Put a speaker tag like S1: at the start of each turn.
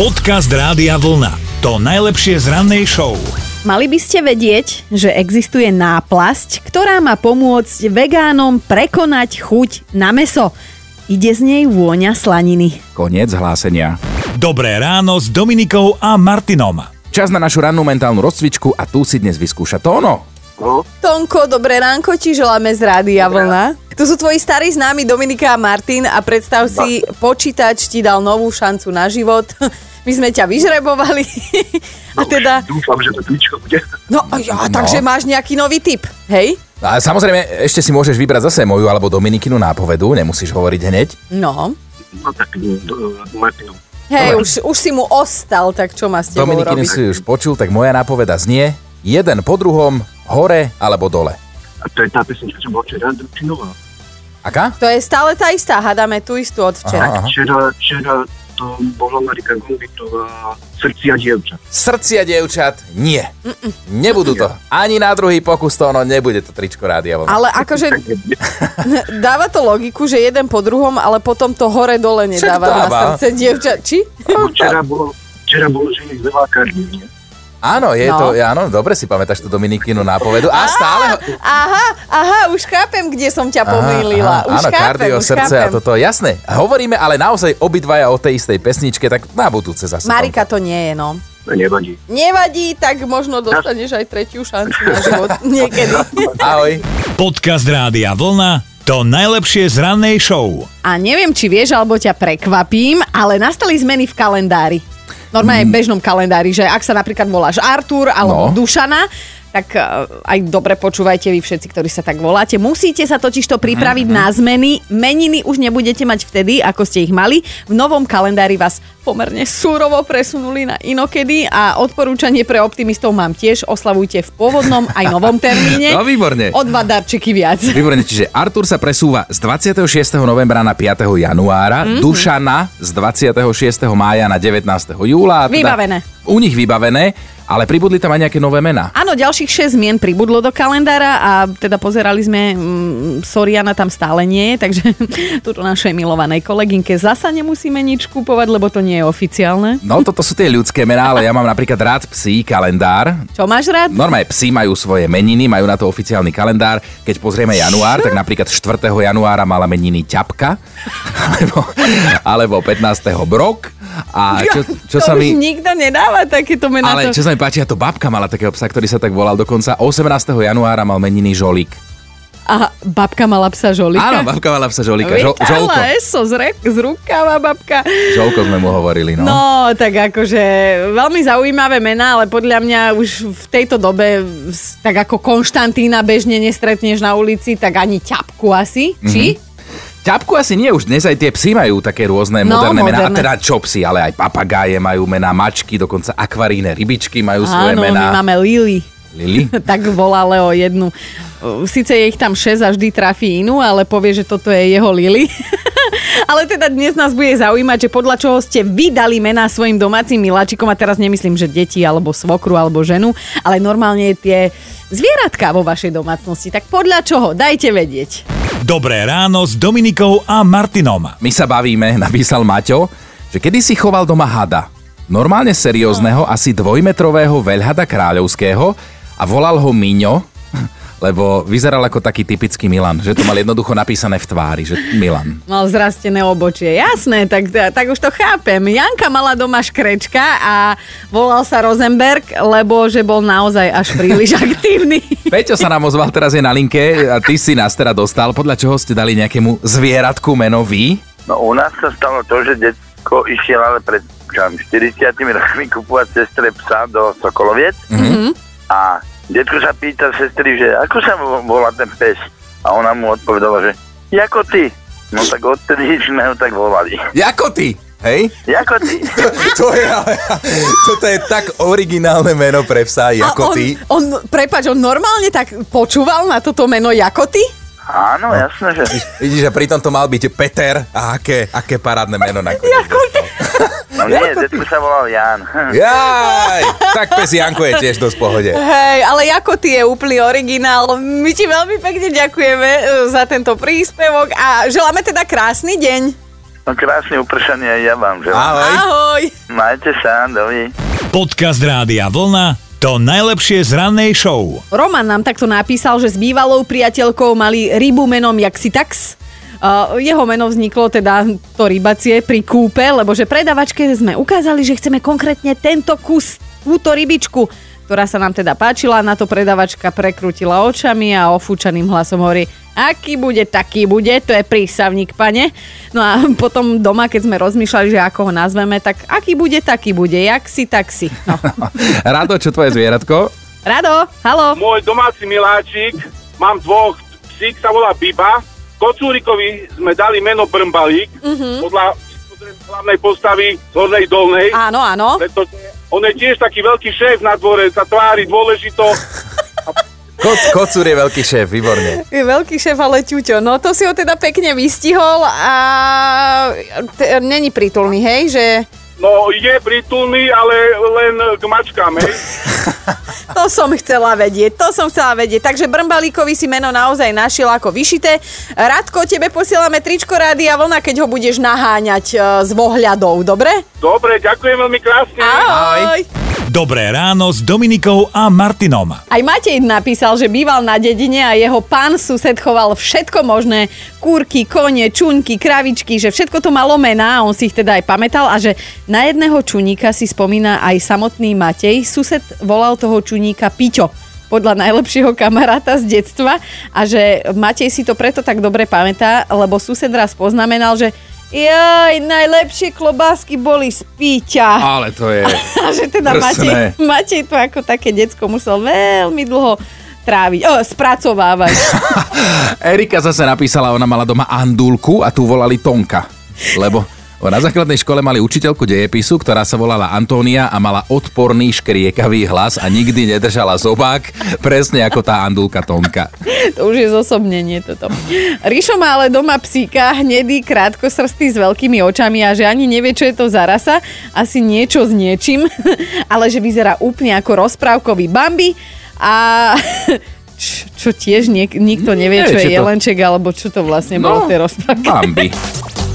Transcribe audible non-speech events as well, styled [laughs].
S1: Podcast Rádia Vlna. To najlepšie z rannej show.
S2: Mali by ste vedieť, že existuje náplasť, ktorá má pomôcť vegánom prekonať chuť na meso. Ide z nej vôňa slaniny.
S3: Koniec hlásenia.
S1: Dobré ráno s Dominikou a Martinom.
S3: Čas na našu rannú mentálnu rozcvičku a tu si dnes vyskúša Tóno.
S2: Tonko, dobré ránko, ti želáme z Rádia Vlna. Tu sú tvoji starí známi Dominika a Martin a predstav si, počítač ti dal novú šancu na život. [laughs] My sme ťa vyžrebovali. [laughs] A teda,
S4: Dúfam, že to tričko bude.
S2: no a ja,
S3: No.
S2: takže máš nejaký nový tip, hej?
S3: A samozrejme, ešte si môžeš vybrať zase moju alebo Dominikinu nápovedu, nemusíš hovoriť hneď.
S2: No.
S4: No tak e, Martinov.
S2: Hej,
S3: Dobre.
S2: už, už si mu ostal, tak čo má s tebou
S3: Dominikinu
S2: robiť?
S3: si už počul, tak moja nápoveda znie jeden po druhom, hore alebo dole.
S4: A to je tá pesnička, čo bola včera, Drčinová.
S3: Aká?
S2: To je stále tá istá, hádame tú istú od včera.
S3: Aha.
S4: Včera, včera to bola Marika Gombitová Srdcia dievča.
S3: Srdcia dievčat nie. Mm-mm. Nebudú to. Ani na druhý pokus to ono nebude to tričko rádia. Vlna.
S2: Ale
S4: Tak,
S2: akože [laughs] dáva to logiku, že jeden po druhom, ale potom to hore-dole nedáva
S3: Však
S2: na
S3: dáva.
S2: srdce dievča. Či?
S4: Lebo Včera bolo, včera bolo, že ich veľakarní, nie?
S3: Áno, je
S2: No.
S3: to, áno, dobre si pamätáš tú Dominikinu nápovedu. A stále... ho-
S2: Aha, aha, už chápem, kde som ťa pomýlila. Už
S3: áno,
S2: chápem,
S3: kardio,
S2: už
S3: srdce
S2: chápem.
S3: a toto, jasné. Hovoríme ale naozaj obidvaja o tej istej pesničke, tak na budúce zase.
S2: Marika to nie je, no.
S4: To nevadí.
S2: Nevadí, tak možno dostaneš aj tretiu šancu na
S3: [laughs]
S2: život niekedy.
S3: [laughs] Ahoj.
S1: Podcast Rádia Vlna. To najlepšie z rannej show.
S2: A neviem, či vieš, alebo ťa prekvapím, ale nastali zmeny v kalendári. Normálne v bežnom kalendári, že ak sa napríklad voláš Artur alebo
S3: Mm. No.
S2: Dušana, tak e, aj dobre počúvajte vy všetci, ktorí sa tak voláte. Musíte sa totižto pripraviť
S3: Mhm.
S2: mm-hmm. na zmeny. Meniny už nebudete mať vtedy, ako ste ich mali. V novom kalendári vás pomerne súrovo presunuli na inokedy a odporúčanie pre optimistov mám tiež. Oslavujte v pôvodnom aj novom termíne.
S3: [laughs] No, výborne.
S2: O dva darčeky viac.
S3: Výborne, čiže Artur sa presúva z 26. novembra na 5. januára,
S2: Mhm.
S3: mm-hmm. Dušana z 26. mája na 19. júla. a
S2: Vybavené.
S3: U nich vybavené, ale pribudli tam aj nejaké nové mená.
S2: Áno, ďalších 6 zmien pribudlo do kalendára a teda pozerali sme, mm, Soriana tam stále nie je, takže [laughs] túto našej milovanej kolegynke zasa nemusíme nič kupovať, lebo to nie je oficiálne.
S3: No toto sú tie ľudské mená, ale ja mám napríklad rád psí kalendár.
S2: Čo máš rád? [laughs]
S3: Normálne psi majú svoje meniny, majú na to oficiálny kalendár. Keď pozrieme január, tak napríklad 4. januára mala meniny ťapka, [laughs] alebo, alebo 15. brok. A čo, čo
S2: to
S3: sa
S2: už
S3: mi...
S2: nikto nedáva takéto mená.
S3: Ale
S2: to...
S3: čo sa mi páči, a to babka mala takého psa, ktorý sa tak volal dokonca. 18. januára mal meniny Žolík.
S2: Aha, babka mala psa Žolika.
S3: Áno, babka mala psa Žolíka. Žo-
S2: Vytala
S3: žolko.
S2: eso z, re- z rukáva babka.
S3: Žolko sme mu hovorili, no.
S2: No, tak akože veľmi zaujímavé mená, ale podľa mňa už v tejto dobe, s- tak ako Konštantína bežne nestretneš na ulici, tak ani ťapku asi, či?
S3: Ťapku asi nie, už dnes aj tie psy majú také rôzne
S2: No,
S3: moderné, mená. A
S2: moderné.
S3: teda čo psy, ale aj papagáje majú mená, mačky, dokonca akvaríne rybičky majú
S2: Áno,
S3: svoje
S2: my
S3: mená.
S2: máme Lily.
S3: Lili?
S2: [laughs] Tak volá Leo jednu. Sice je ich tam 6 a vždy trafí inú, ale povie, že toto je jeho Lily. [laughs] ale teda dnes nás bude zaujímať, že podľa čoho ste vydali mená svojim domácim miláčikom a teraz nemyslím, že deti alebo svokru alebo ženu, ale normálne tie zvieratka vo vašej domácnosti. Tak podľa čoho? Dajte vedieť.
S1: Dobré ráno s Dominikou a Martinom.
S3: My sa bavíme, [laughs] napísal Maťo, že kedy si choval doma hada. Normálne seriózneho, asi dvojmetrového veľhada kráľovského a volal ho Miňo, [laughs] lebo vyzeral ako taký typický Milan, že to mal jednoducho napísané v tvári, že Milan.
S2: Mal zrastené obočie, jasné, tak, tak už to chápem. Janka mala doma škrečka a volal sa Rosenberg, lebo že bol naozaj až príliš aktívny.
S3: Peťo sa nám ozval, teraz je na linke a ty si nás teda dostal, podľa čoho ste dali nejakému zvieratku meno vy?
S5: No u nás sa stalo to, že detko išiel ale pred čam, 40 rokmi kupovať sestre psa do Sokoloviec mm-hmm. a detko sa pýta sestry, že ako sa vo- volá ten pes a ona mu odpovedala, že ako ty. No tak odtedy sme ho tak volali.
S3: Jako ty, hej?
S5: Jako ty.
S3: To je, ale, [laughs] toto je tak originálne meno pre psa,
S2: a on, on, prepač, on normálne tak počúval na toto meno Jakoty?
S5: Áno, jasné, že...
S3: Vidíš, a pritom to mal byť Peter a aké, aké parádne meno nakoniec.
S2: Jakoty.
S5: No nie, detko sa volal Jan.
S3: Jaj, tak pes Janko je tiež dosť v pohode.
S2: Hej, ale Jakoty je úplný originál. My ti veľmi pekne ďakujeme e, za tento príspevok a želáme teda krásny deň.
S5: No krásne upršanie aj ja vám, že?
S3: Ahoj.
S2: Ahoj.
S5: No majte sa, dovi.
S1: Podcast Rádia Vlna to najlepšie z rannej show.
S2: Roman nám takto napísal, že s bývalou priateľkou mali rybu menom Jaksi Tax. Uh, Jeho meno vzniklo teda to rybacie pri kúpe, lebo že predavačke sme ukázali, že chceme konkrétne tento kus, túto rybičku, ktorá sa nám teda páčila. Na to predavačka prekrútila očami a ofúčaným hlasom hovorí, aký bude, taký bude, to je prísavník, pane. No a [laughs] potom doma, keď sme rozmýšľali, že ako ho nazveme, tak aký bude, taký bude, jak si, tak si. No.
S3: Rado, čo tvoje zvieratko?
S2: Rado, halo.
S6: Môj domáci miláčik, mám dvoch, psík sa volá Biba, Kocúrikovi sme dali meno Brmbalík, podľa hlavnej postavy z hornej dolnej,
S2: Áno, áno.
S6: pretože on je tiež taký veľký šéf na dvore, sa tvári dôležito.
S3: Koc, kocúr je veľký šéf, výborne.
S2: Je veľký šéf, ale ťuťo. No to si ho teda pekne vystihol a t- není prítulný, hej? Že
S6: No, je prítulný, ale len k mačkám, hej.
S2: to som chcela vedieť, to som chcela vedieť. Takže Brmbalíkovi si meno naozaj našiel ako vyšité. Radko, tebe posielame tričko rády a vlna, keď ho budeš naháňať e, s vohľadou, dobre?
S6: Dobre, ďakujem veľmi krásne.
S2: Ahoj!
S1: Dobré ráno s Dominikou a Martinom.
S2: Aj Matej napísal, že býval na dedine a jeho pán sused choval všetko možné. Kúrky, kone, čuňky, kravičky, že všetko to malo mená a on si ich teda aj pamätal a že na jedného čuníka si spomína aj samotný Matej. Sused volal toho čuníka Piťo podľa najlepšieho kamaráta z detstva a že Matej si to preto tak dobre pamätá, lebo sused raz poznamenal, že jaj, najlepšie klobásky boli z píťa.
S3: Ale to je...
S2: A že teda Matej,
S3: Drsné.
S2: Matej to ako také decko musel veľmi dlho tráviť, o, spracovávať.
S3: Erika zase napísala, ona mala doma Andulku a tu volali Tonka. Lebo na základnej škole mali učiteľku dejepisu, ktorá sa volala Antónia a mala odporný škriekavý hlas a nikdy nedržala zobák, presne ako tá Andulka Tonka.
S2: to už je zosobnenie toto. Ríšo má ale doma psíka, hnedý, krátkosrstý s veľkými očami a že ani nevie, čo je to za rasa, asi niečo s niečím, [laughs] ale že vyzerá úplne ako rozprávkový Bambi a [laughs] č- čo tiež niek- nikto nevie,
S3: Nevie,
S2: čo je
S3: čo to-
S2: jelenček, alebo čo to vlastne bolo v tej rozprávke.
S3: Bambi.